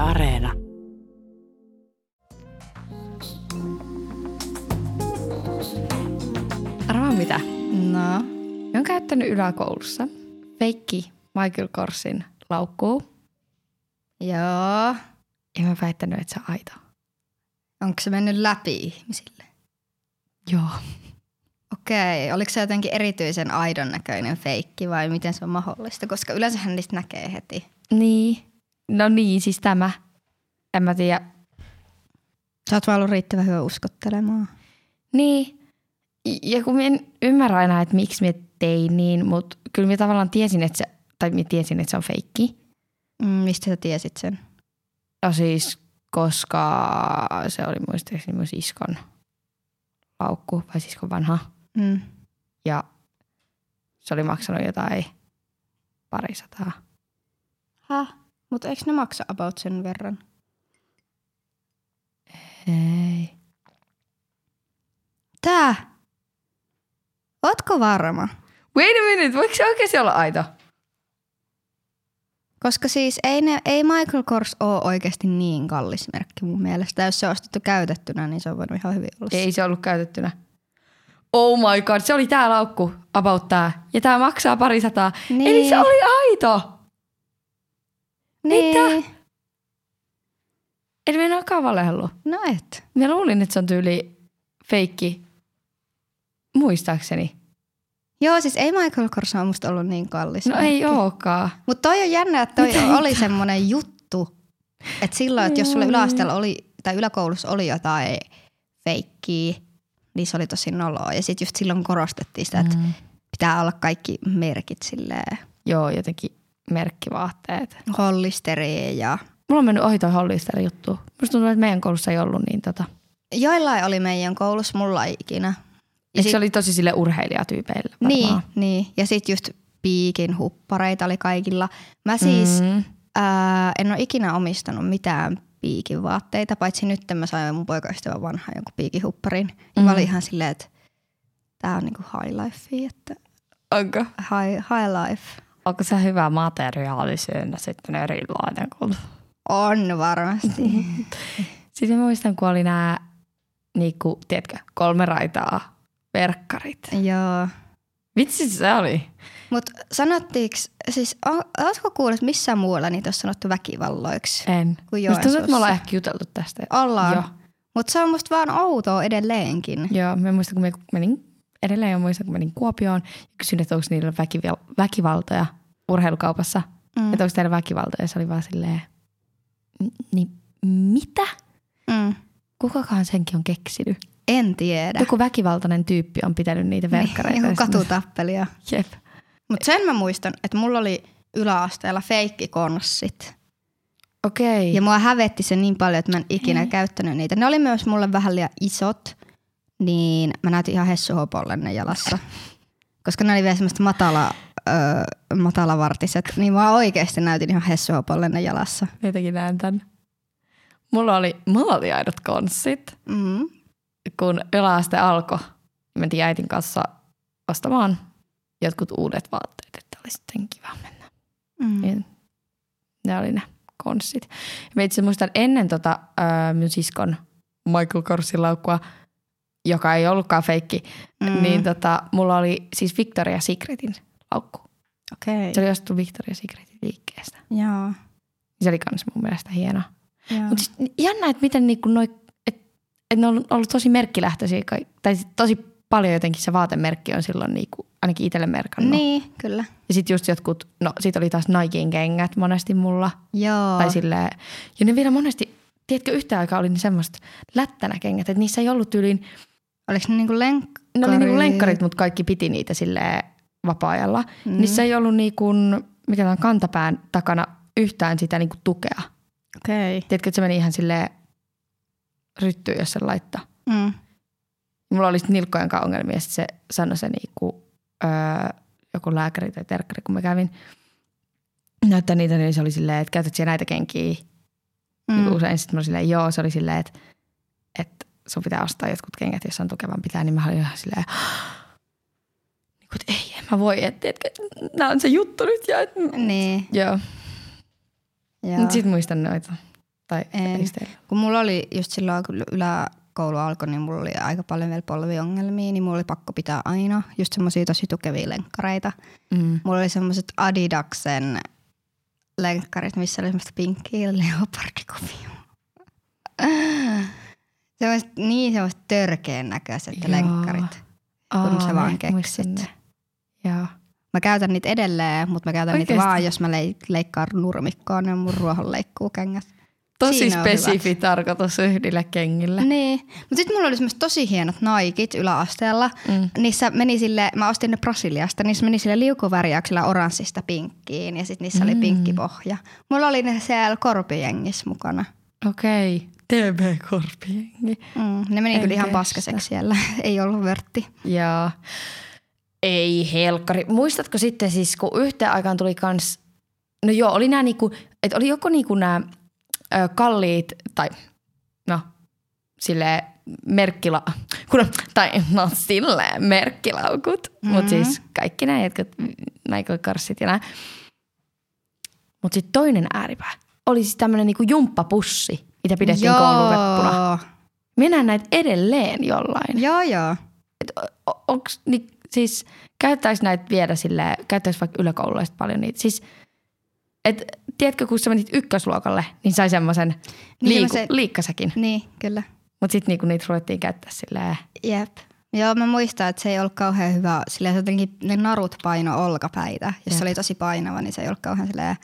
Areena. Arvaa mitä? No, Mä oon käyttänyt yläkoulussa feikki Michael Korsin laukkuu. joo. Ja mä väittänyt, että se on aito. Onko se mennyt läpi ihmisille? Joo. Okei, oliko se jotenkin erityisen aidon näköinen feikki vai miten se on mahdollista? Koska yleensähän niistä näkee heti. Niin. No niin, siis tämä. En mä tiedä. Sä oot vaan ollut riittävän hyvä uskottelemaan. Niin. Ja kun mä en ymmärrä aina, että miksi mä tein niin, mutta kyllä mä tavallaan tiesin, että se, tai mä tiesin, että se on feikki. Mm, mistä sä tiesit sen? No siis, koska se oli muistaakseni mun siskon laukku, vai siskon vanha. Mm. Ja se oli maksanut jotain parisataa. Ha? Mutta eikö ne maksa about sen verran? Ei. Tää? Ootko varma? Wait a minute, voiko se oikeasti olla aito? Koska siis ei, ne, ei Michael Kors ole oikeasti niin kallis merkki mun mielestä. Jos se on ostettu käytettynä, niin se on voinut ihan hyvin olla. se. Ei se ollut käytettynä. Oh my god, se oli tää laukku, about tää. Ja tää maksaa pari sataa. Niin. Eli se oli aito. niin. Mitä? Eli me en olekaan valehdellut. No et. Mä luulin, että se on tyyli feikki. Muistaakseni. Joo, siis ei Michael Kors on musta ollut niin kallis. No ei ookaan. Mutta toi on jännä, että toi Mitä oli semmoinen juttu. Että silloin, että jos sulla Joo. yläasteella oli, tai yläkoulussa oli jotain feikkiä, niin se oli tosi noloa. Ja sitten just silloin korostettiin sitä, että Mm. pitää olla kaikki merkit silleen Joo, jotenkin merkkivaatteet. hollisteriin ja Mulla on mennyt ohi toi Hollisterin juttu. Musta tuntuu, että meidän koulussa ei ollut niin tota. Joillain oli meidän koulussa, mulla ei ikinä. Ja Ja sit, se oli tosi sille urheilijatyypeillä varmaan. niin, niin, ja sitten just piikin huppareita oli kaikilla. Mä siis mm. Mm. ää, en ole ikinä omistanut mitään piikin vaatteita, paitsi nyt mä sain mun poikaystävän vanhan jonkun piikihupparin. Ja Mm. mä olin ihan silleen, että tää on niinku high life, että Onko? high, high life. Onko se hyvä materiaali syönnä sitten erilainen kuin... On varmasti. Sitten mä muistan, kun oli nämä, niinku, tiedätkö, kolme raitaa verkkarit. Joo. Vitsi se oli. Mutta sanottiinko, siis o- ootko kuullut että missään muualla niitä on sanottu väkivalloiksi? En. Musta Kuin tuntuu, että me Joensuussa. ollaan ehkä juteltu tästä. Ollaan. Joo. Mutta se on musta vaan outoa edelleenkin. Joo, mä muistan, kun mä menin, edelleen mä muistan, kun menin Kuopioon ja kysyin, että onko niillä väkival- väkivaltoja urheilukaupassa. Mm. Että onko teillä väkivaltoja. Se oli vaan silleen, "N- niin mitä? Mm. Kukakaan senkin on keksinyt? En tiedä. Joku väkivaltainen tyyppi on pitänyt niitä verkkareita. Niin, Joku Ja sitten- katutappelia. Jep. Mutta sen mä muistan, että mulla oli yläasteella feikkikonssit. Okei. Ja mua hävetti se niin paljon, että mä en ikinä Ei. käyttänyt niitä. Ne oli myös mulle vähän liian isot, niin mä näytin ihan hessuhopolle ne jalassa. Koska ne oli vielä semmoista matala, öö, matalavartiset, niin mä oikeasti näytin ihan hessuhopolle ne jalassa. Mä jotenkin näen tämän. Mulla oli, mulla oli aidot konssit, Mm. kun yläaste alkoi. Mentiin äitin kanssa ostamaan jotkut uudet vaatteet, että oli sitten kiva mennä. Mm. Ja ne oli ne konssit. Mä itse muistan ennen tota, äh, mun siskon Michael Korsin laukkua, joka ei ollutkaan feikki, mm. niin tota, mulla oli siis Victoria Secretin laukku. Okei. Se oli ostettu Victoria Secretin liikkeestä. Joo. Se oli kans mun mielestä hieno. joo. Mutta siis jännä, että miten niinku noi, et, et ne on ollut- ollut tosi merkkilähtöisiä, kai- tai sit tosi paljon jotenkin se vaatemerkki on silloin niinku, ainakin itselle merkannut. Niin, kyllä. Ja sitten just jotkut, no sit oli taas Nikein kengät monesti mulla. Joo. Tai silleen, ja ne vielä monesti, tiedätkö yhtä aikaa oli ne semmoiset lättänäkengät, että niissä ei ollut tyyliin, Oliko ne niinku lenkkarit? ne oli niinku lenkkarit, mutta kaikki piti niitä silleen vapaa-ajalla. Mm. Niissä ei ollut niinku, mikä tää on kantapään takana yhtään sitä niinku tukea. Okei. Tiedätkö, että se meni ihan silleen ryttyyn, jos sen laittaa. Mm. Mulla oli sit nilkkojen kanssa ongelmia ja sit se sanoi se niinku, öö, joku lääkäri tai terkkari, kun mä kävin näyttää niitä, niin se oli silleen, että käytät siellä näitä kenkiä. Mm. Niin usein sitten mä olin silleen, joo, se oli silleen, että, että sun pitää ostaa jotkut kengät, jos on tukevan pitää, niin mä olin ihan silleen, niin kuin, että ei, en mä voi, että, että, että nää on se juttu nyt. Ja, et, Niin, Joo, joo. Mut sit muistan noita Tai En. ei teillä? Kun mulla oli just silloin, kun yläkoulu alkoi, niin mulla oli aika paljon vielä polviongelmia, niin mulla oli pakko pitää aina just semmoisia tosi tukevia lenkkareita. Mm. Mulla oli semmoiset Adidaksen lenkkarit, missä oli semmoista pinkkiä leopardikuvia. Semmoiset, niin semmoiset törkeen näköiset Joo. lenkkarit, kun sä vaan keksit. Joo. Mä käytän niitä edelleen, mutta mä käytän Oikeasti. niitä Oikeesti? vaan, jos mä leik- leikkaan nurmikkoon ja mun ruohonleikkuu kengät. Tosi Siinä on spesifi tarkoitus yhdillä kengillä. Niin. Mutta sitten mulla oli semmoiset tosi hienot naikit yläasteella. Mm. Niissä meni sille, mä ostin ne Brasiliasta, niissä meni sille liukuvärjäyksellä oranssista pinkkiin ja sitten niissä mm. Mm. oli pinkki pohja. Mulla oli ne siellä korpijengissä mukana. Okei. TB Korpiengi. Mm, ne meni En kyllä ihan kestä. paskaseksi siellä, ei ollut vörtti. Ja ei helkkari. Muistatko sitten siis, kun yhteen aikaan tuli kans, no joo, oli nämä niinku, että oli joko niinku nämä ö, kalliit, tai no, sille merkkila, kun, tai no sille merkkilaukut, mm-hmm. Mhm. mutta siis kaikki nämä jotkut Michael Karsit ja nämä. Mutta sitten toinen ääripää oli siis tämmöinen niinku jumppapussi, mitä pidettiin joo. koulureppuna. Minä näen näitä edelleen jollain. Joo, joo. O- onks, niin, siis käyttäis näitä vielä silleen, käyttäis vaikka yläkoululaiset paljon niitä. Siis, et, tiedätkö, kun sä menit ykkösluokalle, niin sai semmoisen Niin liiku, semmosen- liikkasäkin. Niin, kyllä. Mutta sitten niinku niitä ruvettiin käyttää silleen. Jep. Joo, mä muistan, että se ei ollut kauhean hyvä. Sillä jotenkin ne narut paino olkapäitä. Jos Jep. se oli tosi painava, niin se ei ollut kauhean silleen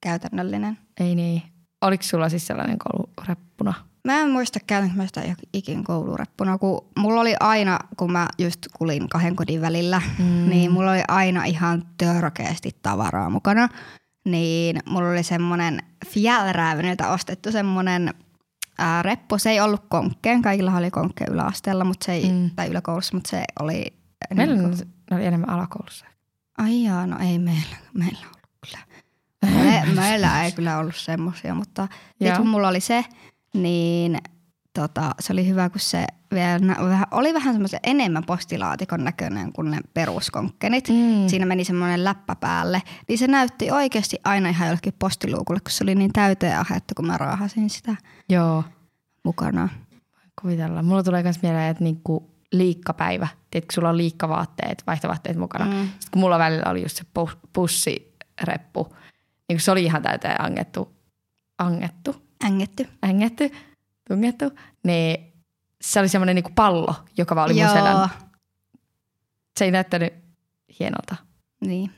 käytännöllinen. Ei niin. Oliko sulla siis sellainen koulureppuna? Mä en muista käynyt mä sitä ikin koulureppuna, kun mulla oli aina, kun mä just kulin kahden kodin välillä, mm. niin mulla oli aina ihan törkeästi tavaraa mukana. Niin mulla oli semmonen Fjällräveniltä ostettu semmonen ää, reppu. Se ei ollut konkkeen, kaikilla oli konkke yläasteella, mutta se ei, Mm. mm. tai yläkoulussa, mutta se oli... Meillä niinku- on, ne oli enemmän alakoulussa. Ai jaa, no ei meillä, meillä ollut kyllä. Me, meillä ei kyllä ollut semmosia, mutta nyt Joo. kun mulla oli se, niin tota, se oli hyvä, kun se vielä, nä- vähän- oli vähän semmoisen enemmän postilaatikon näköinen kuin ne peruskonkkenit. Mm. Siinä meni semmoinen läppä päälle. Niin se näytti oikeasti aina ihan jollekin postiluukulle, kun se oli niin täyteen ahettu, kun mä raahasin sitä Joo, mukana. kuvitellaan. Mulla tulee myös mieleen, että niinku liikkapäivä. Tiedätkö, sulla on liikkavaatteet, vaihtovaatteet mukana. Mm. Sitten kun mulla välillä oli just se pu- pussireppu, niin kun se oli ihan täyteen angettu, angettu, Ängetty. ängetty, tungettu, niin se oli semmoinen niinku pallo, joka vaan oli mun Joo, selän. Se ei näyttänyt hienolta. niin.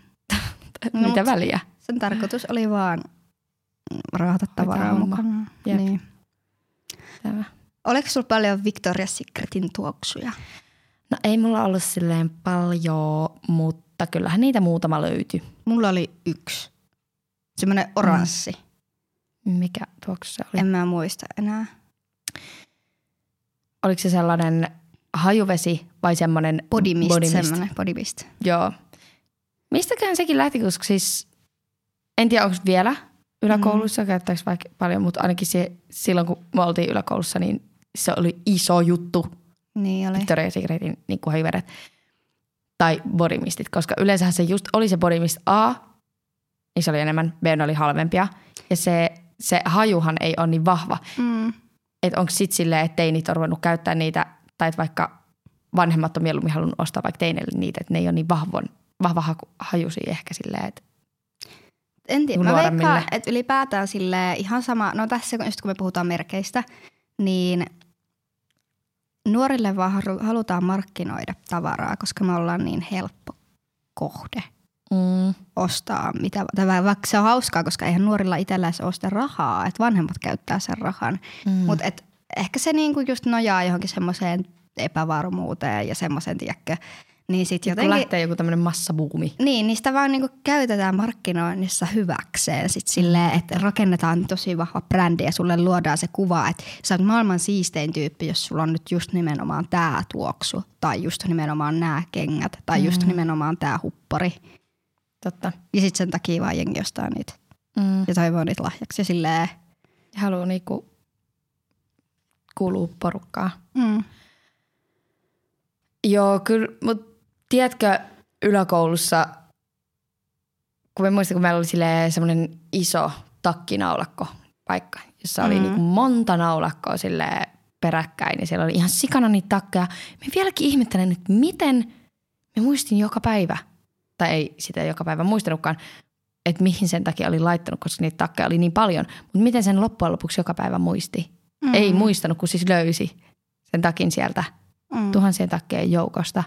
No, Mitä mut- väliä? Sen tarkoitus oli vaan mm, raahata tavaraa homma. mukana. Jep. Niin. Tämä. Oliko sulla paljon Victoria's Secretin tuoksuja? No ei mulla ollut silleen paljon, mutta kyllähän niitä muutama löytyi. Mulla oli yksi. Semmoinen oranssi. Mm. Mikä tuoksu se oli? En mä muista enää. Oliko se sellainen hajuvesi vai semmoinen Body mist, body body mist? semmoinen. Body mist. Joo. Mistäköhän sekin lähti, koska siis en tiedä onko vielä yläkoulussa, mm. käyttääkö vaikka paljon, mutta ainakin se, silloin kun me oltiin yläkoulussa, niin se oli iso juttu, Niin oli. Victoria's Secretin niin kuin hajuvedet tai bodimistit, koska yleensähän se just oli se bodimist A, niin se oli enemmän, B oli halvempia ja se, se hajuhan ei ole niin vahva, Mm. että onko sit silleen, että teinit on ruvennut käyttää niitä, tai että vaikka vanhemmat on mieluummin halunnut ostaa vaikka teineille niitä, että ne ei ole niin vahvon, vahva haku, hajusi ehkä silleen, että En tiedä. Mä Nuoremmille. veikkaan, että ylipäätään sille ihan sama, no tässä kun- just kun me puhutaan merkeistä, niin nuorille vaan halu- halutaan markkinoida tavaraa, koska me ollaan niin helppo kohde mm, ostaa mitä, tai vai- vaikka se on hauskaa, koska eihän nuorilla itsellään ole sitä rahaa, että vanhemmat käyttää sen rahan. mm, Mm. mut, Mutta ehkä se niinku just nojaa johonkin semmoiseen epävarmuuteen ja semmoiseen, tiedäkö, niin sit jotenkin, kun jotenkin... lähtee joku tämmöinen massabuumi. Niin, niistä vaan niinku käytetään markkinoinnissa hyväkseen sit Mm. silleen, että rakennetaan tosi vahva brändi ja sulle luodaan se kuva, että sä oot maailman siistein tyyppi, jos sulla on nyt just nimenomaan tää tuoksu tai just nimenomaan nämä kengät tai Mm. just nimenomaan tää huppari. Totta. Ja sit sen takia vaan jengi ostaa niitä Mm. ja toivoo niitä lahjaksi ja silleen, Haluaa niinku kuulua porukkaan. mm, Joo, kyllä, mutta tiedätkö yläkoulussa, kun mä muistan, kun meillä oli silleen semmoinen iso takkinaulakko paikka, jossa oli Mm. mm. niin monta naulakkoa silleen peräkkäin ja siellä oli ihan sikana niitä takkeja. Me vieläkin ihmettelen nyt, miten me muistin joka päivä, tai ei sitä joka päivä muistanutkaan, että mihin sen takia oli laittanut, koska niitä takkeja oli niin paljon. Mutta miten sen loppujen lopuksi joka päivä muisti? Mm. Mm. Ei muistanut, kun siis löysi sen takin sieltä Mm. tuhansien takkeen joukosta.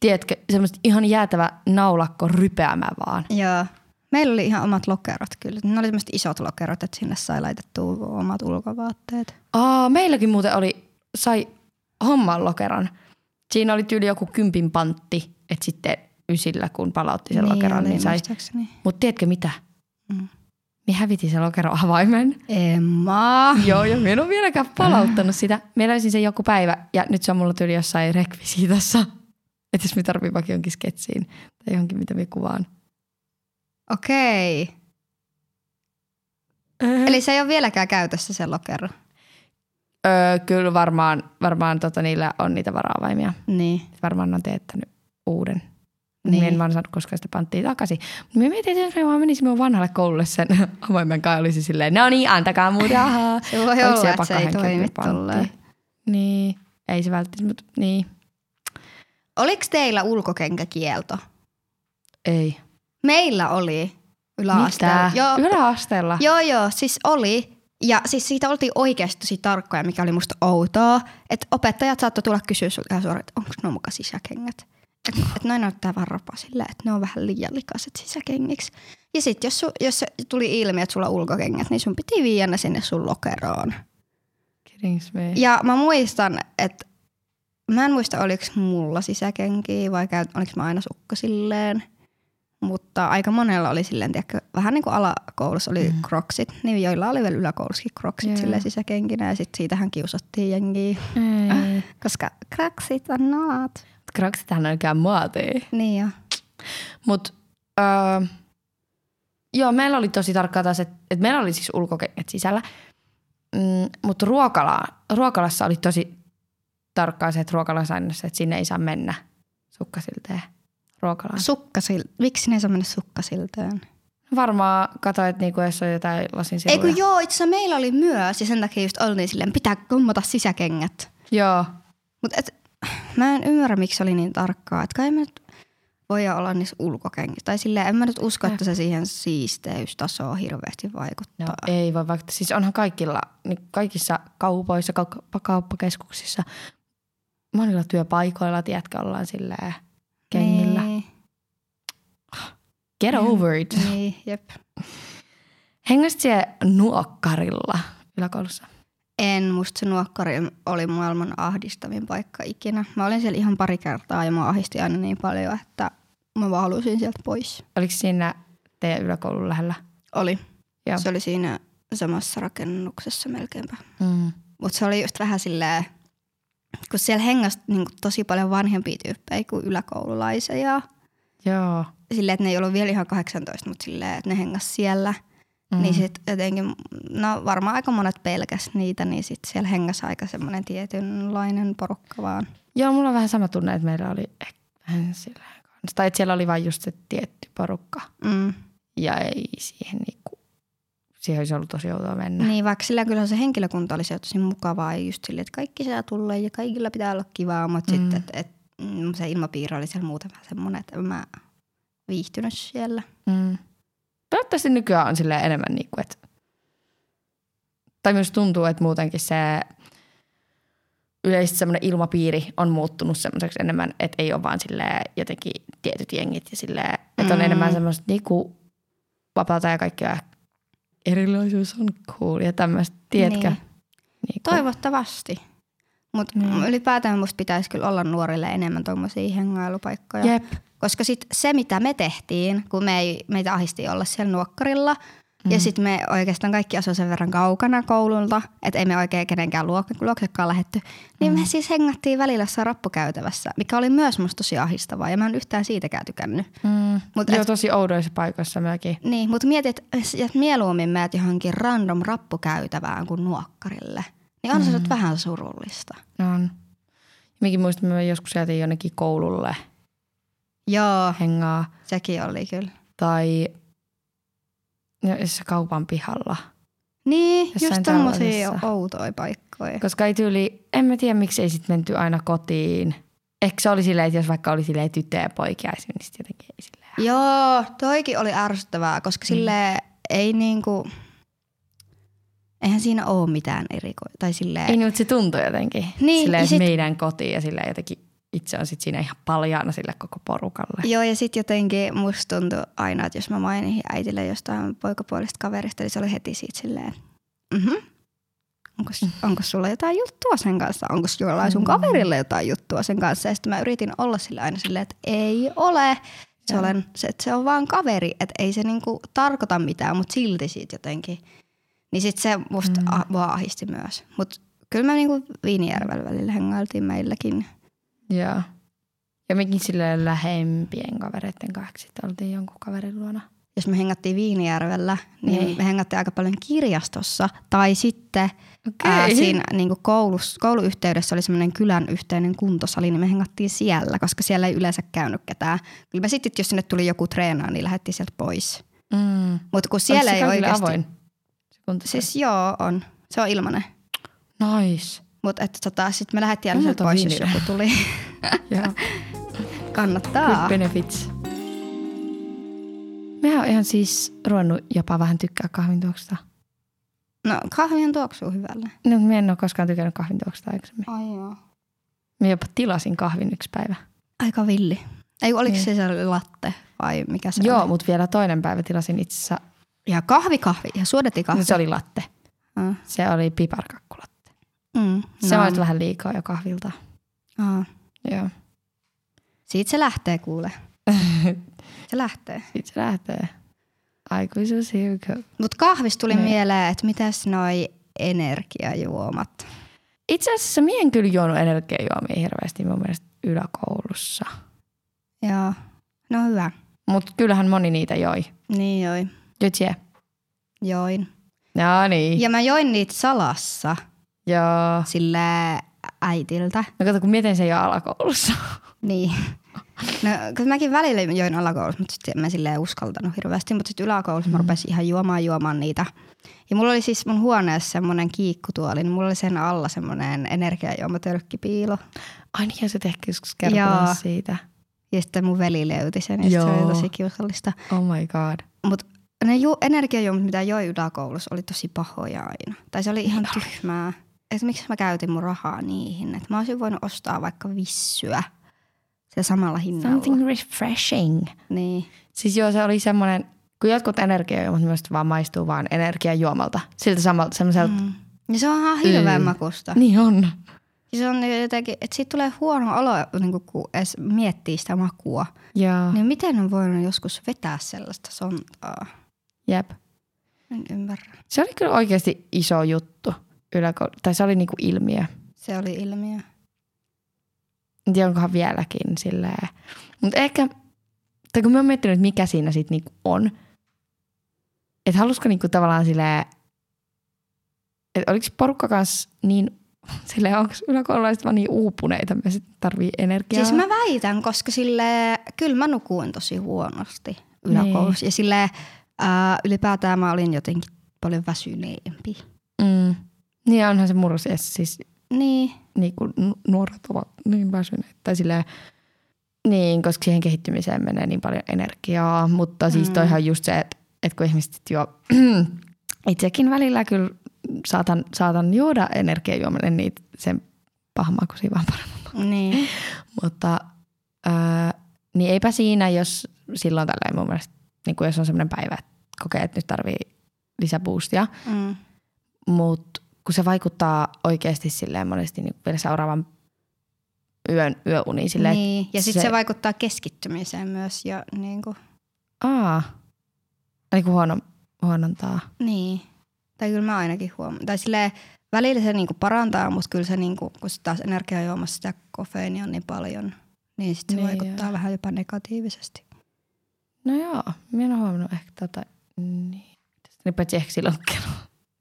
Tiedätkö, semmoista ihan jäätävä naulakko rypeämään vaan. Joo. Meillä oli ihan omat lokerot kyllä. Ne oli semmoiset isot lokerot, että sinne sai laitettua omat ulkovaatteet. Aa, meilläkin muuten oli, sai homman lokeron. Siinä oli tyyli joku kympin pantti, että sitten ysillä kun palautti sen niin, lokeron, oli niin sai. muistaakseni. Mutta tiedätkö mitä? Mm. Me hävitin sen lokeron avaimen. Emma. Joo, ja minä en ole vieläkään palauttanut sitä. Minä löysin sen joku päivä ja nyt se on mulla tyyli jossain rekvisiitassa. Että jos me tarvii vaikka jonkin sketsiin tai johonkin, mitä me kuvaan. Okei. Okay. Äh. Eli se ei ole vieläkään käytössä se lokero. Öö, kyllä varmaan, varmaan tota, niillä on niitä varaavaimia. Niin. Varmaan ne on teettänyt uuden. Niin. Niin. Mä en vaan saanut koskaan sitä panttia takaisin. Mutta mä mietin, että jos mä menisin mun vanhalle koululle sen avaimen kanssa, olisi silleen, no niin, antakaa muuten, ahaa. Se voi Oliko olla, siellä että se ei 220 toimi panttia? tolleen. Niin, ei se välttämättä, mutta niin, Oliko teillä ulkokenkäkielto? ei. Meillä oli yläasteella. Mitä? Joo, Yläasteella? Joo, joo, siis oli. Ja siis siitä oltiin oikeasti tosi tarkkoja, mikä oli musta outoa. Että opettajat saattoi tulla kysyä sulta ihan suoraan, että onko nuo muka sisäkengät. Että et noin näyttää vaan rapaa silleen, että ne on vähän liian likaiset sisäkengiksi. Ja sitten jos, su, jos se tuli ilmi, että sulla on ulkokengät, niin sun piti viiä ne sinne sun lokeroon. Kidding me. Ja mä muistan, että mä en muista oliko mulla sisäkenkiä vai käy, oliko mä aina sukka silleen. Mutta aika monella oli silleen, tiedätkö, vähän niin kuin alakoulussa oli mm. kroksit, niin joilla oli vielä yläkoulussakin kroksit Joo. silleen sisäkenkinä ja sitten siitähän kiusattiin jengiä, Ei. koska kroksit on naat. Kroksithan on ikään muotia. Niin jo. Mut, öö, joo, meillä oli tosi tarkkaa taas, että et meillä oli siis ulkokengät sisällä. Mm, Mutta ruokala, ruokalassa oli tosi tarkkaa se, että ruokalasainnassa, että sinne ei saa mennä sukkasilteen Ah. ruokalaan. Sukkasil... Miksi ne ei saa mennä sukkasiltaan? Varmaan katsoit, että niinku, jos on jotain lasin Ei jo. kun joo, itse asiassa meillä oli myös ja sen takia just oltiin silleen, pitää kummata sisäkengät. Joo. Mut et, mä en ymmärrä, miksi se oli niin tarkkaa. Et kai mä nyt voi olla niissä ulkokengissä. Tai silleen, en mä nyt usko, että se siihen siisteystasoon hirveästi No, vaikuttaa. ei voi vaikka, siis onhan kaikilla, niin kaikissa kaupoissa, kauppa- kauppakeskuksissa, monilla työpaikoilla, tiedätkö, ollaan silleen kengillä. Niin. Niin, Get over it. niin jep. Hengäsit siellä nuokkarilla yläkoulussa? En, musta se nuokkari oli maailman ahdistavin paikka ikinä. Mä olin siellä ihan pari kertaa ja mä ahdisti aina niin paljon, että mä vaan halusin sieltä pois. Oliko siinä teidän yläkoulun lähellä? Oli. Joo. Se oli siinä samassa rakennuksessa melkeinpä. Mm. Mutta se oli just vähän silleen, kun siellä hengasi niin tosi paljon vanhempia tyyppejä kuin yläkoululaisia. Joo. Silleen, että ne ei ollut vielä ihan 18, mutta silleen, että ne hengas siellä. Mm. Mm. Niin sit jotenkin, no varmaan aika monet pelkäs niitä, niin sit siellä hengas aika semmoinen tietynlainen porukka vaan. Joo, mulla on vähän sama tunne, että meillä oli ehkä vähän sillä kanssa. Tai että siellä oli vain just se tietty porukka. Mm. Ja ei siihen niinku, siihen olisi ollut tosi outoa mennä. Niin vaikka sillä kyllä se henkilökunta oli se tosi mukavaa ja just silleen, että kaikki saa tulla ja kaikilla pitää olla kivaa, mutta mm. Mm. sitten et, et, mm, se ilmapiiri oli siellä muuten vähän semmoinen, että en mä viihtynyt siellä. Mm. Toivottavasti nykyään on sille enemmän niinku, että... Tai myös tuntuu, että muutenkin se yleisesti semmoinen ilmapiiri on muuttunut semmoiseksi enemmän, että ei ole vaan sille jotenkin tietyt jengit ja sille, että on Mm. enemmän semmoista niinku vapaata ja kaikkea erilaisuus on cool ja tämmöistä, tiedätkö? Niin. Niin. Niinku, Toivottavasti. Mutta Mm. ylipäätään musta pitäisi kyllä olla nuorille enemmän tuommoisia hengailupaikkoja. Jep. Koska sit se, mitä me tehtiin, kun me ei, meitä ahisti olla siellä nuokkarilla, mm. ja sitten me oikeastaan kaikki asui sen verran kaukana koululta, että ei me oikein kenenkään luok- luoksekaan lähetty, niin mm. me siis hengattiin välillä jossain rappukäytävässä, mikä oli myös musta tosi ahistavaa, ja mä en yhtään siitäkään tykännyt. Mm. Mut Joo, et- tosi oudoissa paikoissa mäkin. Niin, mutta mietit, että mieluummin meet johonkin random rappukäytävään kuin nuokkarille. Niin Mm. on se nyt vähän surullista. On. Mäkin muistan, että mä joskus jätin jonnekin koululle Joo, hengaa. sekin oli kyllä. tai jossain kaupan no, pihalla. Niin, Jossain just tommosia tällaisessa. outoja paikkoja. Koska ei tyyli, en mä tiedä miksi ei sit menty aina kotiin. Ehkä se oli silleen, että jos vaikka oli silleen tyttöjä ja poikia, esimerkiksi, niin sit jotenkin ei silleen. Joo, toikin oli ärsyttävää, Mm. koska sille ei niinku... Eihän siinä ole mitään erikoista. Tai silleen... Ei niin, mutta se tuntui jotenkin. Niin, silleen, ja että sit- meidän kotiin ja silleen jotenkin itse on sit siinä ihan paljaana sille koko porukalle. Joo, ja sitten jotenkin musta tuntui aina, että jos mä mainin äitille jostain poikapuolista kaverista, niin se oli heti siitä silleen, mhm. Onko, onko sulla jotain juttua sen kanssa? Onko jollain sun Mm. kaverilla jotain juttua sen kanssa? Ja sitten mä yritin olla sille aina silleen, että ei ole. Se, Joo. olen, se, että se on vaan kaveri, että ei se niinku tarkoita mitään, mutta silti siitä jotenkin. Niin sit se musta Mm. mm. ah, mua ahisti myös. Mutta kyllä me niinku Viinijärvellä välillä hengailtiin meilläkin. Joo. Ja mekin silleen lähempien kavereiden kanssa sitten oltiin jonkun kaverin luona. jos me hengattiin Viinijärvellä, niin, Niin. me hengattiin aika paljon kirjastossa. Tai sitten Okei. ää, siinä niin kuin koulus, kouluyhteydessä oli semmoinen kylän yhteinen kuntosali, niin me hengattiin siellä, koska siellä ei yleensä käynyt ketään. Kyllä me sitten, jos sinne tuli joku treenaa, niin lähdettiin sieltä pois. Mm. Mutta kun siellä Oliko se ei kaikille oikeasti... Avoin? Se kuntosali? Siis joo, on. Se on ilmanen. Nice. Mutta tota, sitten me lähdettiin aina Mä sieltä otan pois, jos viinille. joku tuli. Joo. Kannattaa. Good benefits. Mehän on ihan siis ruvennut jopa vähän tykkää kahvin tuoksusta. No kahvien tuoksuu hyvälle. No, mä en ole koskaan tykännyt kahvin tuoksusta aikaisemmin. Ai joo. Mä jopa tilasin kahvin yksi päivä. Aika villi. Ei, oliko Niin. se se latte vai mikä se Joo, oli? mutta vielä toinen päivä tilasin itse asiassa. Ja kahvi, kahvi. Ja suodettiin kahvi. No, se oli latte. Ah. Se oli piparkakkulatte. Mm, Se no. on vähän liikaa jo kahvilta. Aa, Joo. Siitä se lähtee kuule. Se lähtee. Sitten se lähtee. Aikuisuus here we go. Mutta kahvista tuli Niin. mieleen, että mitäs noi energiajuomat. Itse asiassa mä en kyllä juonut energiajuomia hirveästi mun mielestä yläkoulussa. Joo. No hyvä. Mutta kyllähän moni niitä joi. Niin join. Jotje. Join. No niin. Ja mä join niitä salassa Joo. sillä äitiltä. No kato, kun mietin sen jo alakoulussa. Niin. No, kun mäkin välillä join alakoulussa, mutta sitten en mä silleen uskaltanut hirveästi. Mutta sitten yläkoulussa Mm. mä rupesin ihan juomaan juomaan niitä. Ja mulla oli siis mun huoneessa semmoinen kiikkutuoli, niin mulla oli sen alla semmoinen energiajuomatölkkipiilo. Ai niin, ja sä ehkä joskus Joo. kertoa siitä. Ja sitten mun veli löyti sen ja sit se Joo. oli tosi kiusallista. Oh my god. Mutta ne ju- energiajuomat, mitä joi yläkoulussa, oli tosi pahoja aina. Tai se oli ihan tyhmää. Että miksi mä käytin mun rahaa niihin. Että mä olisin voinut ostaa vaikka vissyä se samalla hinnalla. Something refreshing. Niin. Siis joo, se oli semmoinen, kun jotkut energiajuomat myös vaan maistuu vaan energiajuomalta. Siltä samalta semmoiselta. Mm. Ja se on ihan hirveän Mm. makusta. Niin on. Ja se on niin jotenkin, että siitä tulee huono olo, niin kuin, kun edes miettii sitä makua. Joo. Niin miten on voinut joskus vetää sellaista sontaa? Jep. En ymmärrä. Se oli kyllä oikeasti iso juttu. Yläkoulu. Tai se oli niinku ilmiö. Se oli ilmiö. En tiedä, onkohan vieläkin silleen. Mutta ehkä, tai kun mä oon miettinyt, että mikä siinä sitten niinku on. Että halusko niinku tavallaan silleen, että oliko porukka kanssa niin, silleen onko yläkoululaiset vaan niin uupuneita, että sit tarvii energiaa. Siis mä väitän, koska sille kyllä mä nukuin tosi huonosti yläkoulussa. Ja sille ää, ylipäätään mä olin jotenkin paljon väsyneempi. Mm. Niin ja onhan se murros, siis Niin. niin kuin nuoret ovat niin väsyneet. Tai silleen, niin, koska siihen kehittymiseen menee niin paljon energiaa. Mutta siis Mm. toihan on just se, että, että kun ihmiset sit juo, itsekin välillä kyllä saatan, saatan juoda energiajuomalle niitä sen pahmaa kuin vaan paremmin. Niin. Mutta ää, niin eipä siinä, jos silloin tällöin mun mielestä, niin kuin jos on semmoinen päivä, että kokee, että nyt tarvii lisäboostia, Mm. mutta kun se vaikuttaa oikeasti silleen monesti niin vielä seuraavan yön, yöuniin silleen, niin. niin. Ja sitten se, se- se vaikuttaa keskittymiseen myös. Ja niin kuin, että aa, niin kuin huono, huonontaa. Niin. Tai kyllä mä ainakin huomaan. Tai silleen, välillä se niinku parantaa, mutta kyllä se, niinku, kun sit taas energiajuomassa sitä kofeiinia on niin paljon, niin sitten se Niin niin vaikuttaa joo. vähän jopa negatiivisesti. No joo, minä en ole huomannut ehkä tota, niin. Niin paitsi ehkä silloin kun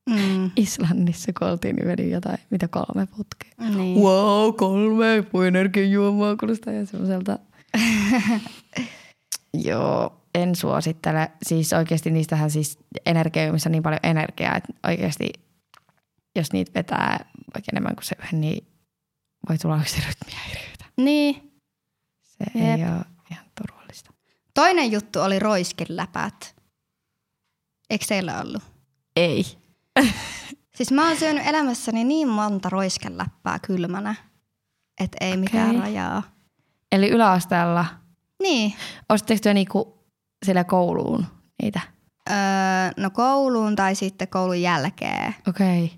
Mm, Islannissa, kun oltiin, niin vedin jotain, mitä kolme putkea. niin. Wow, kolme energiajuomaa kuulostaa ihan semmoiselta. joo, en suosittele. Siis oikeasti niistähän siis energioimissa on niin paljon energiaa, että oikeasti jos niitä vetää vaikka enemmän kuin se yhden, niin voi tulla oikeasti rytmihäiriöitä. Niin. Se Jep. ei ole ihan turvallista. Toinen juttu oli roiskeläpät. Eikö teillä ollut? Ei. Siis mä oon syönyt elämässäni niin monta roiskeläppää kylmänä, että ei mitään Okei. rajaa. Eli yläasteella, Niin. ostitteko te niinku siellä kouluun niitä? Öö, no kouluun tai sitten koulun jälkeen. Okei. Okay.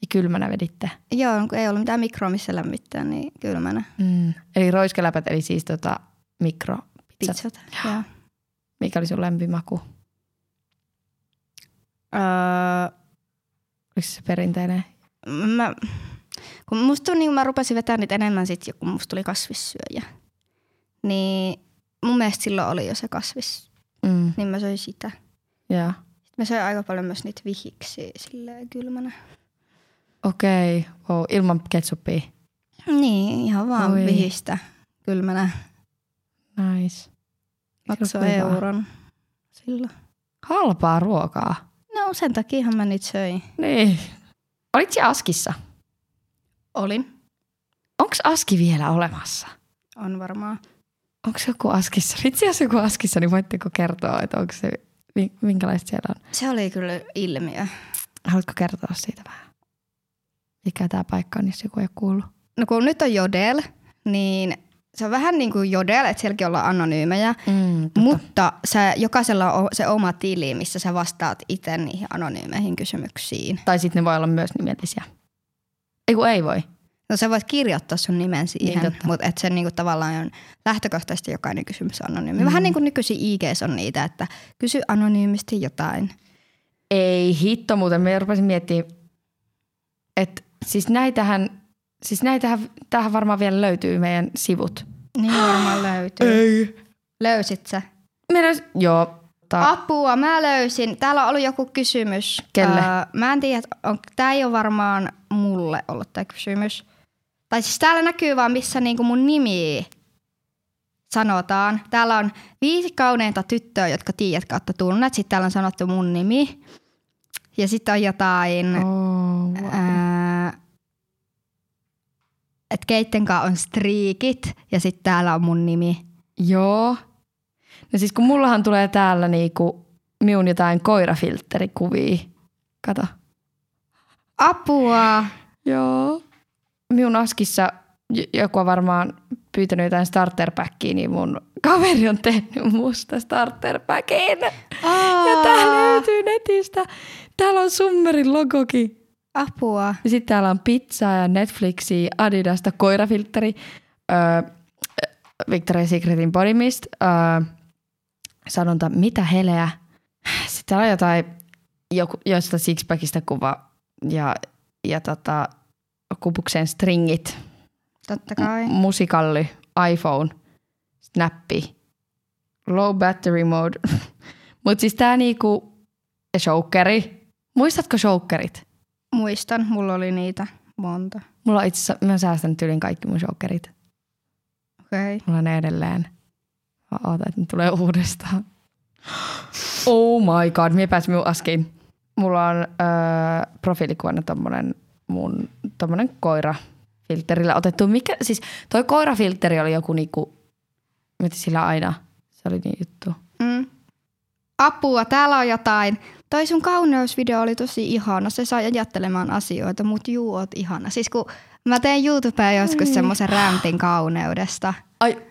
Ja kylmänä veditte. Joo, kun ei ollut mitään mikroa, missä lämmittää, niin kylmänä Mm. Eli roiskeläpät, eli siis tota mikro. pizzat. Joo. Mikä oli sun lempimaku? Oliko Öö, se perinteinen? mä, kun musta tuli, niin kun mä rupesin vetämään niitä enemmän sit, kun musta tuli kasvissyöjä. Niin mun mielestä silloin oli jo se kasvis, Mm. niin mä söin sitä. Joo. Mä söin aika paljon myös niitä vihiksi silleen kylmänä. Okei. Okay. Wow. Ilman ketsuppia. Niin, ihan vaan Oi. Oi. vihistä kylmänä. Nice. Maksoi Kyllä hyvä. euron silloin. Halpaa ruokaa. No sen takiahan mä niitä söin. Niin. Olit siellä Askissa? Olin. Onko Aski vielä olemassa? On varmaan. Onko joku Askissa? Itse asiassa joku Askissa, niin voitteko kertoa, että onko se, mi- minkälaista siellä on? Se oli kyllä ilmiö. Haluatko kertoa siitä vähän? Mikä tämä paikka on, jos joku ei ole kuullut? No kun nyt on Jodel, niin se on vähän niin kuin Jodel, että sielläkin ollaan anonyymejä. Mm, Mutta sä, jokaisella on se oma tili, missä sä vastaat itse niihin anonyymeihin kysymyksiin. tai sitten ne voi olla myös nimellisiä. Ei kun ei voi. No sä voit kirjoittaa sun nimen siihen, totta. niin, mutta et se niinku tavallaan on lähtökohtaisesti jokainen kysymys on anonyymi. Mm. Mm. Vähän niin kuin nykyisin IGs on niitä, että kysy anonyymisti jotain. Ei hitto muuten. Me rupesin miettimään, että siis näitähän, siis näitähän, tämähän varmaan vielä löytyy meidän sivut. Niin varmaan löytyy. Ei. Löysit sä? Meillä olisi, joo. Ta, Apua, mä löysin. Täällä on ollut joku kysymys. Kelle? Ää, mä en tiedä, tämä ei ole varmaan mulle ollut tämä kysymys. Tai siis täällä näkyy vaan, missä niinku mun nimi sanotaan. Täällä on viisi kauneinta tyttöä, jotka tiedät kautta tunnet. Sitten täällä on sanottu mun nimi. Ja sitten on jotain... oh, wow. Ää, että keittenkaan on striikit ja sitten täällä on mun nimi. Joo. No siis kun mullahan tulee täällä niinku miun jotain koirafiltterikuvia. Kato. Apua! Joo. Minun askissa j- joku on varmaan pyytänyt jotain starterpäkkiä, niin mun kaveri on tehnyt musta starterpäkin. Ja tää löytyy netistä. Täällä on Summerin logokin. Apua. Ja Sitten täällä on pizzaa ja Netflixiä, Adidasta, koirafiltteri, öö, Victoria's Secretin Body Mist, öö, sanonta mitä heleä. Sitten täällä on jotain joku, josta sixpackista kuva ja, ja tota, kupuksen stringit, Totta kai. musikalli, iPhone, snappi, low battery mode. Mutta siis tää niinku, ja shokeri. Muistatko shokerit? Muistan, mulla oli niitä monta. Mulla on itse asiassa, mä oon säästänyt yli kaikki mun shokerit. Okei. Okay. Mulla on ne edelleen. Mä ootan, että ne tulee uudestaan. Oh my god, mie pääsin minun askiin. Mulla on öö, profiilikuvana tommonen mun tommonen koira filterillä otettu. Mikä, siis toi koirafilteri oli joku niinku, mä tein sillä aina. Se oli niin juttu. Mm. Apua, täällä on jotain. Toi sun kauneusvideo oli tosi ihana. Se sai ajattelemaan asioita, mut juu, oot ihana. Siis kun mä teen YouTubeen joskus semmoisen räntin kauneudesta. Ai,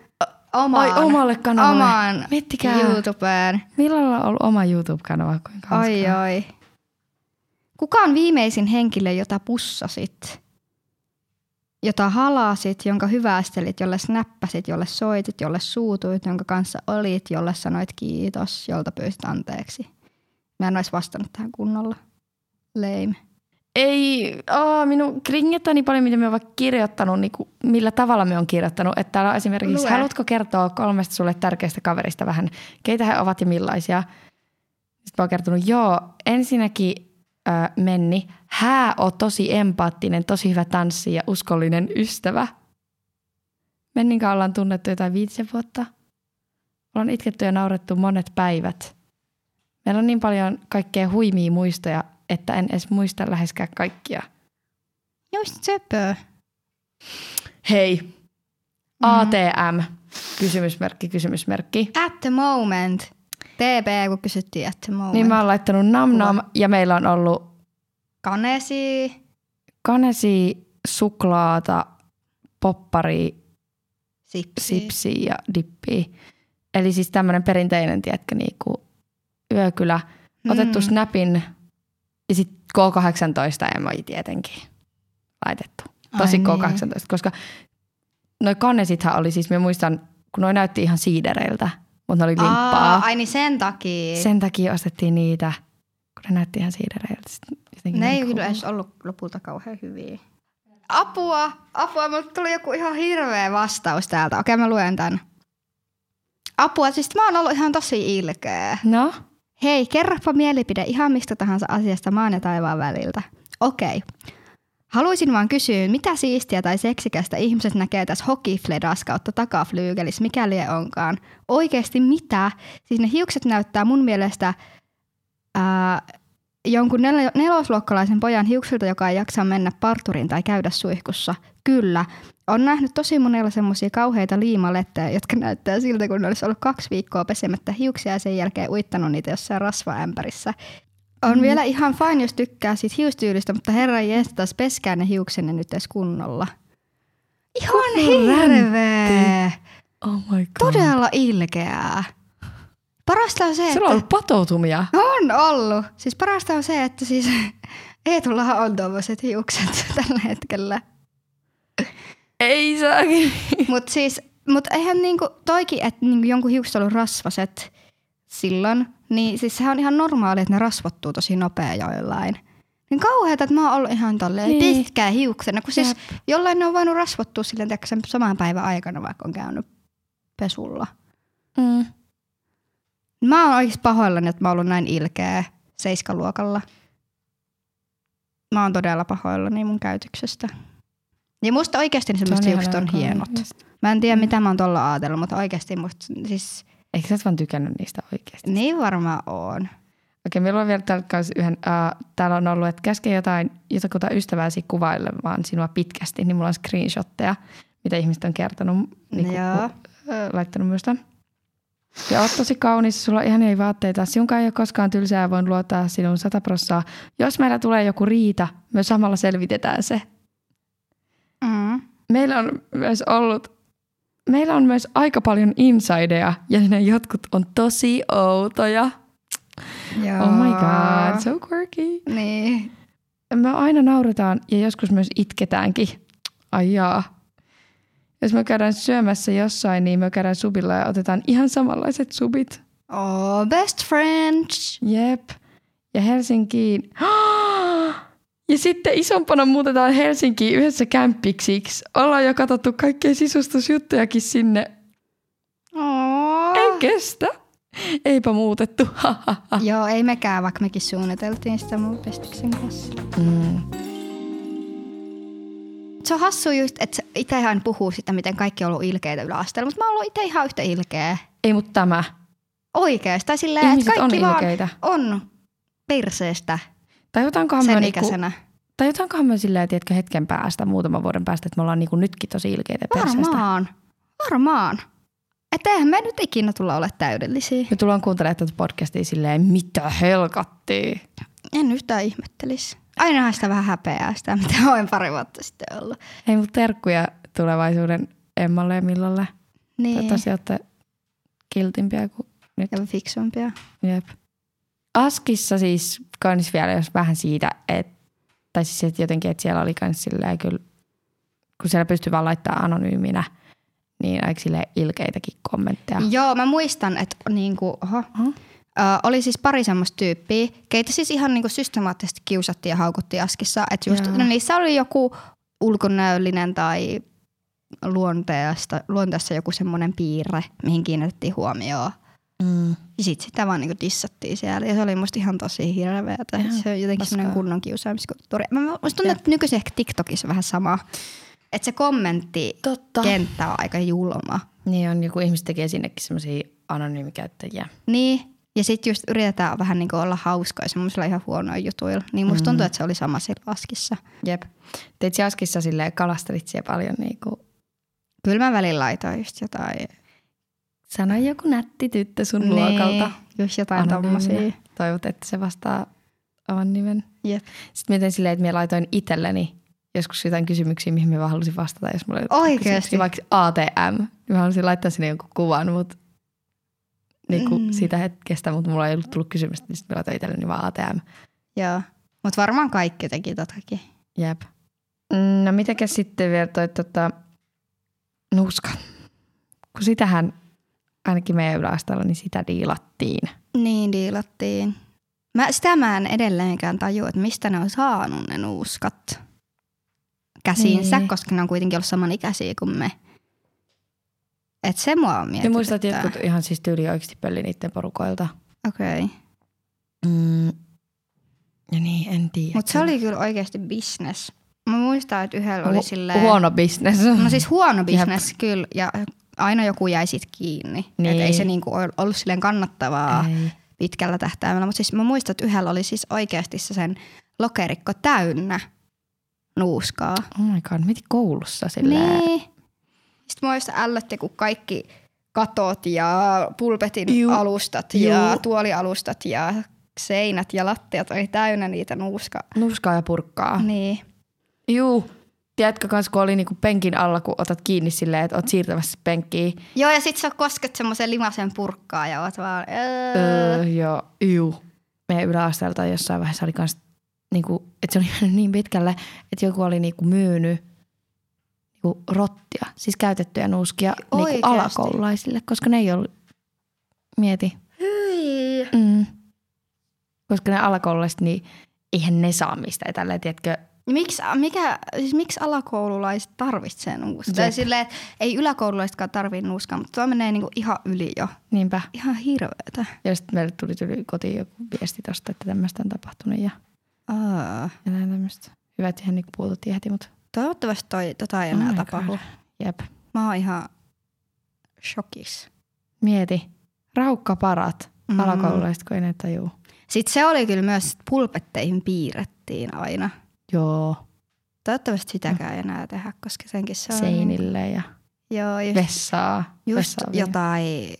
Omaan, ai omalle kanavalle. omaan Miettikää, YouTubeen. milloin on ollut oma YouTube-kanava? Kuinka hauskaa. Ai ai. Kuka on viimeisin henkilö, jota pussasit? Jota halasit, jonka hyvästelit, jolle snappasit, jolle soitit, jolle suutuit, jonka kanssa olit, jolle sanoit kiitos, jolta pyysit anteeksi. Mä en olisi vastannut tähän kunnolla. Lame. ei, aah, minun kringettää niin paljon, mitä me olen kirjoittanut, niin kuin, millä tavalla me on kirjoittanut. Että täällä on esimerkiksi, Lue. haluatko kertoa kolmesta sulle tärkeistä kaverista vähän, keitä he ovat ja millaisia? Sitten mä oon kertonut, joo, ensinnäkin äh, Menni, hää on tosi empaattinen, tosi hyvä tanssi ja uskollinen ystävä. Menninkaan ollaan tunnettu jotain viitisen vuotta. Mulla on itketty ja naurettu monet päivät. Meillä on niin paljon kaikkea huimia muistoja, että en edes muista läheskään kaikkia. Just sepö. Mm-hmm. Hei, ATM, kysymysmerkki, kysymysmerkki. At the moment. TP, kun kysyttiin at the moment. Niin mä oon laittanut nam nam ja meillä on ollut Kanesi. kanesi, suklaata, Niin. poppari, Sipsi. sipsi ja dippi. Eli siis tämmöinen perinteinen, tiedätkö, niinku yökylä. Otettu Mm. snapin ja sitten K18 emoji tietenkin laitettu. Tosi Ai niin. K18, koska noi kanesithan oli siis, mä muistan, kun noi näytti ihan siidereiltä, mutta ne oli limppaa. Aa, ai niin sen takia. Sen takia ostettiin niitä, kun ne näytti ihan siidereiltä. Sitten jotenkin ne ei niin kyllä edes ollut lopulta kauhean hyviä. Apua, apua, mutta tuli joku ihan hirveä vastaus täältä. Okei, mä luen tän. Apua, siis mä oon ollut ihan tosi ilkeä. No, Hei, kerropa mielipide ihan mistä tahansa asiasta maan ja taivaan väliltä. Okei. Haluaisin vaan kysyä, mitä siistiä tai seksikästä ihmiset näkee tässä hokifledas kautta takaflyygelissä, mikäli ei onkaan. Oikeasti mitä? Siis ne hiukset näyttää mun mielestä ää, jonkun nel- nelosluokkalaisen pojan hiuksilta, joka ei jaksa mennä parturiin tai käydä suihkussa. Kyllä. On nähnyt tosi monella semmoisia kauheita liimalettejä, jotka näyttää siltä, kun ne olisi ollut kaksi viikkoa pesemättä hiuksia ja sen jälkeen uittanut niitä jossain rasvaämpärissä. On mm. vielä ihan fine, jos tykkää siitä hiustyylistä, mutta herra jestas, peskää ne hiuksenne nyt edes kunnolla. Ihan hirveä. oh my god. Todella ilkeää. Parasta on se, Sulla on että... ollut patoutumia. On ollut. Siis parasta on se, että siis Eetullahan on tuommoiset hiukset tällä hetkellä. Ei saakin. Mutta siis, mut eihän niinku toikin, että niinku jonkun hiukset on ollut rasvaset silloin, niin siis sehän on ihan normaali, että ne rasvottuu tosi nopea joillain. Niin kauheeta, että mä oon ollut ihan tolleen Niin. niin. pitkää hiuksena, kun siis Jep. jollain ne on voinut rasvottua silleen tiedätkö, sen saman päivän aikana, vaikka on käynyt pesulla. Mm. Mä oon oikeasti pahoillani, että mä oon ollut näin ilkeä seiskaluokalla. Mä oon todella pahoillani mun käytöksestä. Ja musta oikeasti ne semmoiset hiukset on hienot. Mä en tiedä, Mm. mitä mä oon tuolla ajatellut, mutta oikeasti musta siis Eikö sä oot vaan tykännyt niistä oikeasti? niin varmaan on. Okei, meillä on vielä tällä kanssa yhden, äh, täällä on ollut, että käske jotain, jotakuta ystävääsi kuvailemaan sinua pitkästi, niin mulla on screenshotteja, mitä ihmiset on kertonut, niin kuin, Joo. äh, laittanut minusta. Ja oot tosi kaunis, sulla on ihania vaatteita. Sinunkaan ei ole koskaan tylsää ja voin luottaa sinun sataprossaa. Jos meillä tulee joku riita, me samalla selvitetään se. Mm. Meillä on myös ollut, meillä on myös aika paljon insideja ja ne jotkut on tosi outoja. Joo. Oh my god, so quirky. Niin. Me aina nauretaan ja joskus myös itketäänkin. Ai jaa. Jos me käydään syömässä jossain, niin me käydään subilla ja otetaan ihan samanlaiset subit. Oh, best friends. Jep. Ja Helsinkiin. Ja sitten isompana muutetaan Helsinkiin yhdessä kämppiksiksi. Ollaan jo katsottu kaikkea sisustusjuttujakin sinne. Oh. En kestä. Eipä muutettu. Joo, ei mekään, vaikka mekin suunniteltiin sitä mun pestiksen kanssa. mm. Se on hassu just, että itse ihan puhuu sitä, miten kaikki on ollut ilkeitä yläasteella, mutta mä oon ollut itse ihan yhtä ilkeä. Ei mut tämä. Oikeesti, tai silleen, Ihmiset että on kaikki vaan ilkeitä. on perseestä Tajutankohan me sen niinku, ikäisenä. Tai jotainkohan me silleen, tiedätkö, hetken päästä, muutaman vuoden päästä, että me ollaan niinku nytkin tosi ilkeitä perseestä. Varmaan, varmaan. Että eihän me nyt ikinä tulla ole täydellisiä. Me tullaan kuuntelemaan tätä podcastia silleen, mitä helkattiin. En yhtään ihmettelisi. Ainahan sitä vähän häpeää sitä, mitä olen pari vuotta sitten ollut. Ei mut terkkuja tulevaisuuden Emmalle ja Millalle. Niin, Toivottavasti olette kiltimpiä kuin nyt. ja fiksumpia. Jep. Askissa siis kans vielä jos vähän siitä, että tai siis että jotenkin, että siellä oli kans silleen kyllä, kun siellä pystyy vaan laittaa anonyyminä, niin aika silleen ilkeitäkin kommentteja. Joo, mä muistan, että niinku, oho, Oho. Ö, oli siis pari semmoista tyyppiä, keitä siis ihan niinku systemaattisesti kiusattiin ja haukuttiin askissa. Että just, Joo. no niissä oli joku ulkonäöllinen tai luonteesta, luonteessa joku semmoinen piirre, mihin kiinnitettiin huomioon. Mm. Ja sit sitä vaan niinku dissattiin siellä. Ja se oli musta ihan tosi hirveätä. Joo, Se on paskaa. jotenkin semmoinen kunnon kiusaamiskulttuuri. Mä musta tuntuu, Jep. että nykyisin ehkä TikTokissa vähän sama. Että se kommentti Totta. kenttä on aika julma. Niin on, joku ihmiset tekee sinnekin semmoisia anonyymikäyttäjiä. Niin, ja sitten just yritetään vähän niin olla hauskoja semmoisilla ihan huonoilla jutuilla. Niin Mm. musta tuntuu, että se oli sama siellä askissa. Jep. Teit sä askissa silleen, kalastelit siellä paljon niinku, Kyllä mä välillä laitoin just jotain. sano joku nätti tyttö sun niin. luokalta. Just jotain Anonyyminä. tommosia. Toivot, että se vastaa oman nimen. Jep. Sitten mietin silleen, että mä laitoin itselleni joskus jotain kysymyksiä, mihin mä vaan halusin vastata, jos mulla oli jotain Oikeesti? kysymyksiä, vaikka ATM. Niin mä halusin laittaa sinne jonkun kuvan, mutta niin kuin Mm. siitä hetkestä, mutta mulla ei ollut tullut kysymystä, niin sitten mä laitoin itselleni vaan ATM. Joo. Mut varmaan kaikki teki totakin. Jep. No mitenkäs sitten vielä toi tota, nuuska? Kun sitähän ainakin meidän yläasteella, niin sitä diilattiin. Niin diilattiin. Mä, sitä mä en edelleenkään tajua, että mistä ne on saanut ne nuuskat käsiinsä, Niin. niin. koska ne on kuitenkin ollut samanikäisiä kuin me. Et se mua on Ja muistat, että mietityttää. jotkut ihan siis tyyli oikeasti pölli niiden porukoilta. Okei. Okay. Mm. Ja niin, en tiedä. Mutta se oli kyllä oikeasti business. Mä muistan, että yhdellä oli Hu- silleen... Huono bisnes. No siis huono business kyllä, ja aina joku jäi sit kiinni. Niin. Niin. Eh. Et ei se niinku ol- ollut silleen kannattavaa ei. Ei. pitkällä tähtäimellä. Mutta siis mä muistan, että yhdellä oli siis oikeasti se sen lokerikko täynnä nuuskaa. Oh my god, mietin koulussa silleen. Niin. Sitten mä muistan ällötti, kun kaikki katot ja pulpetin Juu. Juu. alustat ja Juu. tuolialustat ja seinät ja lattiat oli täynnä niitä nuuskaa. Nuskaa ja purkkaa. Niin. Juu. Tiedätkö kans, kun oli niinku penkin alla, kun otat kiinni silleen, että oot siirtämässä penkkiä. Joo, ja sit sä kosket semmoisen limasen purkkaa ja oot vaan... Öö. Öö, joo, juu. Meidän yläasteelta jossain vaiheessa oli kans, niinku, että se oli mennyt niin pitkälle, että joku oli niinku myynyt niinku rottia, siis käytettyjä nuuskia niinku Niin Oikeesti? alakoululaisille, koska ne ei ollut, mieti. Hyi. Mm. Koska ne alakoululaiset, niin eihän ne saa mistään tälleen, tiedätkö, Miksi, mikä, siis miksi alakoululaiset tarvitsee nuuskaa? Tai Jep. silleen, että ei yläkoululaisetkaan tarvii nuuskaa, mutta tuo menee niinku ihan yli jo. niinpä. Ihan hirveetä. Ja sitten meille tuli, tuli kotiin joku viesti tosta, että tämmöistä on tapahtunut ja, Aa, ja näin tämmöistä. Hyvä, että siihen niinku puututtiin heti, mutta toivottavasti toi, tota ei Oh enää my oh tapahdu. God. jep. Mä oon ihan shokis. Mieti. Raukkaparat. Mm. Alakoululaiset, kun ei ne tajuu. Sitten se oli kyllä myös, että pulpetteihin piirrettiin aina. Joo. Toivottavasti sitäkään ei enää tehdä, koska senkin se on... Seinille ja Joo, just vessaa. Just vessaa vielä. jotain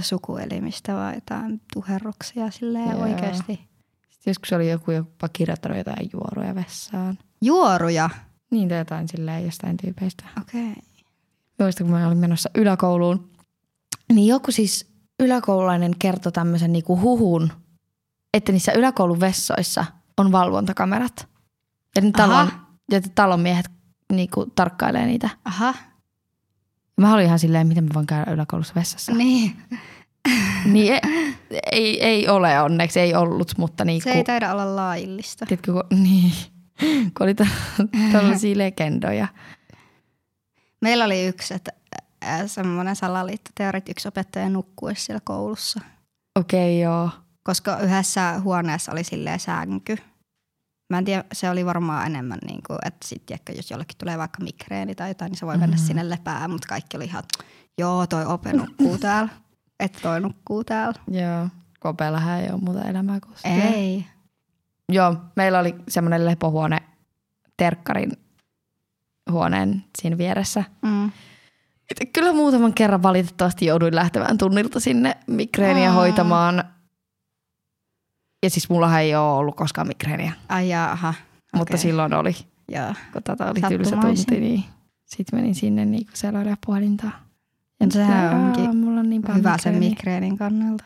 sukuelimistä vai jotain tuherruksia silleen Joo. Joo. oikeasti. Sitten joskus oli joku jopa kirjoittanut jotain juoruja vessaan. Juoruja. Niin tai jotain silleen jostain tyypeistä. Okei. Okay. Muista, kun mä olin menossa yläkouluun. Niin joku siis yläkoululainen kertoi tämmöisen niinku huhun, että niissä yläkoulun vessoissa on valvontakamerat. Ja ne Aha. talon, ja talonmiehet niinku tarkkailee niitä. Aha, Mä olin ihan silleen, miten mä voin käydä yläkoulussa vessassa. niin. Niin ei, ei, ei ole onneksi, ei ollut, mutta niin Se ei taida olla laillista. tiedätkö, kun, niin, kun oli tällaisia legendoja. Meillä oli yksi, että äh, semmoinen salaliittoteorit yksi opettaja nukkui siellä koulussa. Okei, okay, joo. Koska yhdessä huoneessa oli silleen sänky. Mä en tiedä, se oli varmaan enemmän niin kuin, että sit, tiedätkö, jos jollekin tulee vaikka migreeni tai jotain, niin se voi mennä Mhm. sinne lepään, mutta kaikki oli ihan, joo, toi ope nukkuu täällä. Että toi nukkuu täällä. Joo. Kopeellahän ei ole muuta elämää kuin se. Ei. Joo, meillä oli semmoinen lepohuone terkkarin huoneen siinä vieressä. Mm. Et Kyllä muutaman kerran valitettavasti jouduin lähtemään tunnilta sinne migreeniä Aa. hoitamaan. Ja siis mullahan ei ole ollut koskaan migreeniä, okay. Ai jaha. mutta silloin oli. Joo. kun tota oli tylsä Sattumaisin. tunti, niin sitten menin sinne niin kun siellä oli puhelintaa. Ja No sehän sitten, onkin "Aa, mulla on niin paljon Hyvä sen migreeniä." migreenin kannalta.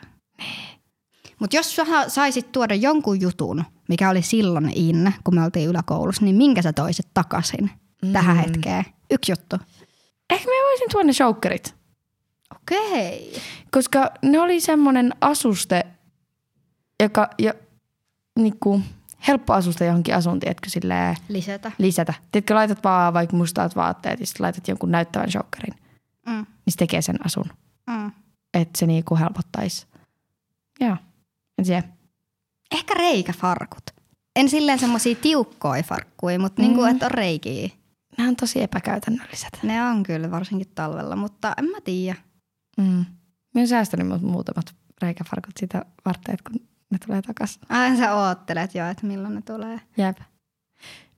Mutta Niin. jos sä saisit tuoda jonkun jutun, mikä oli silloin in, kun me oltiin yläkoulussa, niin minkä sä toisit takaisin mm. tähän hetkeen? Yksi juttu. Ehkä niin- mä voisin tuoda ne shokerit, Okei. koska ne oli semmoinen asuste, joka jo, niinku, helppo asuste johonkin asuntiin, tiedätkö, silleen Lisätä. lisätä. Tiedätkö, laitat vaan vaikka mustat vaatteet ja sitten laitat jonkun näyttävän shokerin, Mm. niin se tekee sen asun, Mm. että se niinku helpottaisi. Joo, en tiedä. Ehkä reikäfarkut. En silleen semmosia tiukkoja farkkuja, mutta Mm. mm. niinku, että on reikiä. Nämä on tosi epäkäytännölliset. Ne on kyllä varsinkin talvella, mutta en mä tiedä. Mm. Mä oon säästänyt mut muutamat reikäfarkut sitä varten, että kun ne tulee takaisin. Aina sä oottelet jo, että milloin ne tulee. Jep.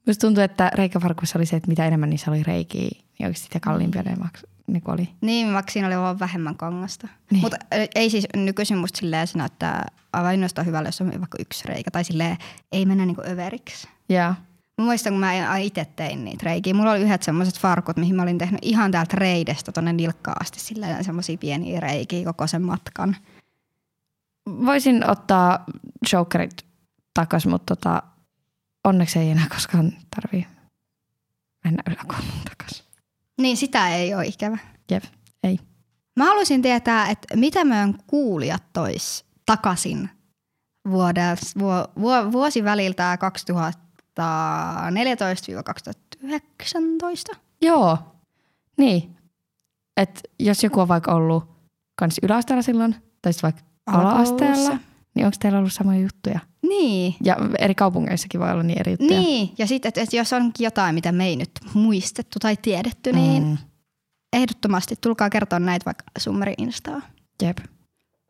Musta tuntuu, että reikäfarkuissa oli se, että mitä enemmän niissä oli reikiä, niin oikeasti sitä kalliimpia ne maks, niin oli. Niin, vaikka siinä oli vaan vähemmän kangasta. Niin. Niin. Mutta ei siis nykyisin musta silleen se näyttää aivan ainoastaan hyvällä, jos on vaikka yksi reikä. Tai silleen ei mennä niinku överiksi. Joo. Mä muistan, kun mä itse tein niitä reikiä. Mulla oli yhdet semmoiset farkut, mihin mä olin tehnyt ihan täältä reidestä tonne nilkkaan asti. Silleen semmoisia pieniä reikiä koko sen matkan. Voisin ottaa jokerit takas, mutta tota, onneksi ei enää koskaan tarvii mennä yläkoulun takas. Niin sitä ei ole ikävä. Jep, ei. Mä haluaisin tietää, että mitä meidän kuulijat tois takaisin vuodes, vuo, vuo, vuosiväliltä 2014-2019? Joo, niin. Et jos joku on vaikka ollut kans yläasteella silloin, tai sitten vaikka ala-asteella, niin onko teillä ollut samoja juttuja? Niin. Ja eri kaupungeissakin voi olla niin eri juttuja. Niin, ja sitten, että et jos on jotain, mitä me ei nyt muistettu tai tiedetty, niin Mm, ehdottomasti tulkaa kertoa näitä vaikka Summeri Instaa. jep.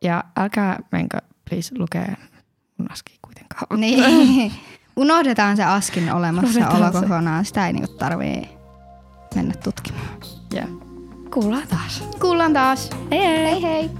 Ja älkää menkö, please, lukee mun aski kuitenkaan. Niin. Unohdetaan se askin olemassaolo Unohdetaan se. kokonaan. Sitä ei niinku tarvii mennä tutkimaan. Jep. Kuullaan taas. Kuullaan taas. Hei hei! Hei hei!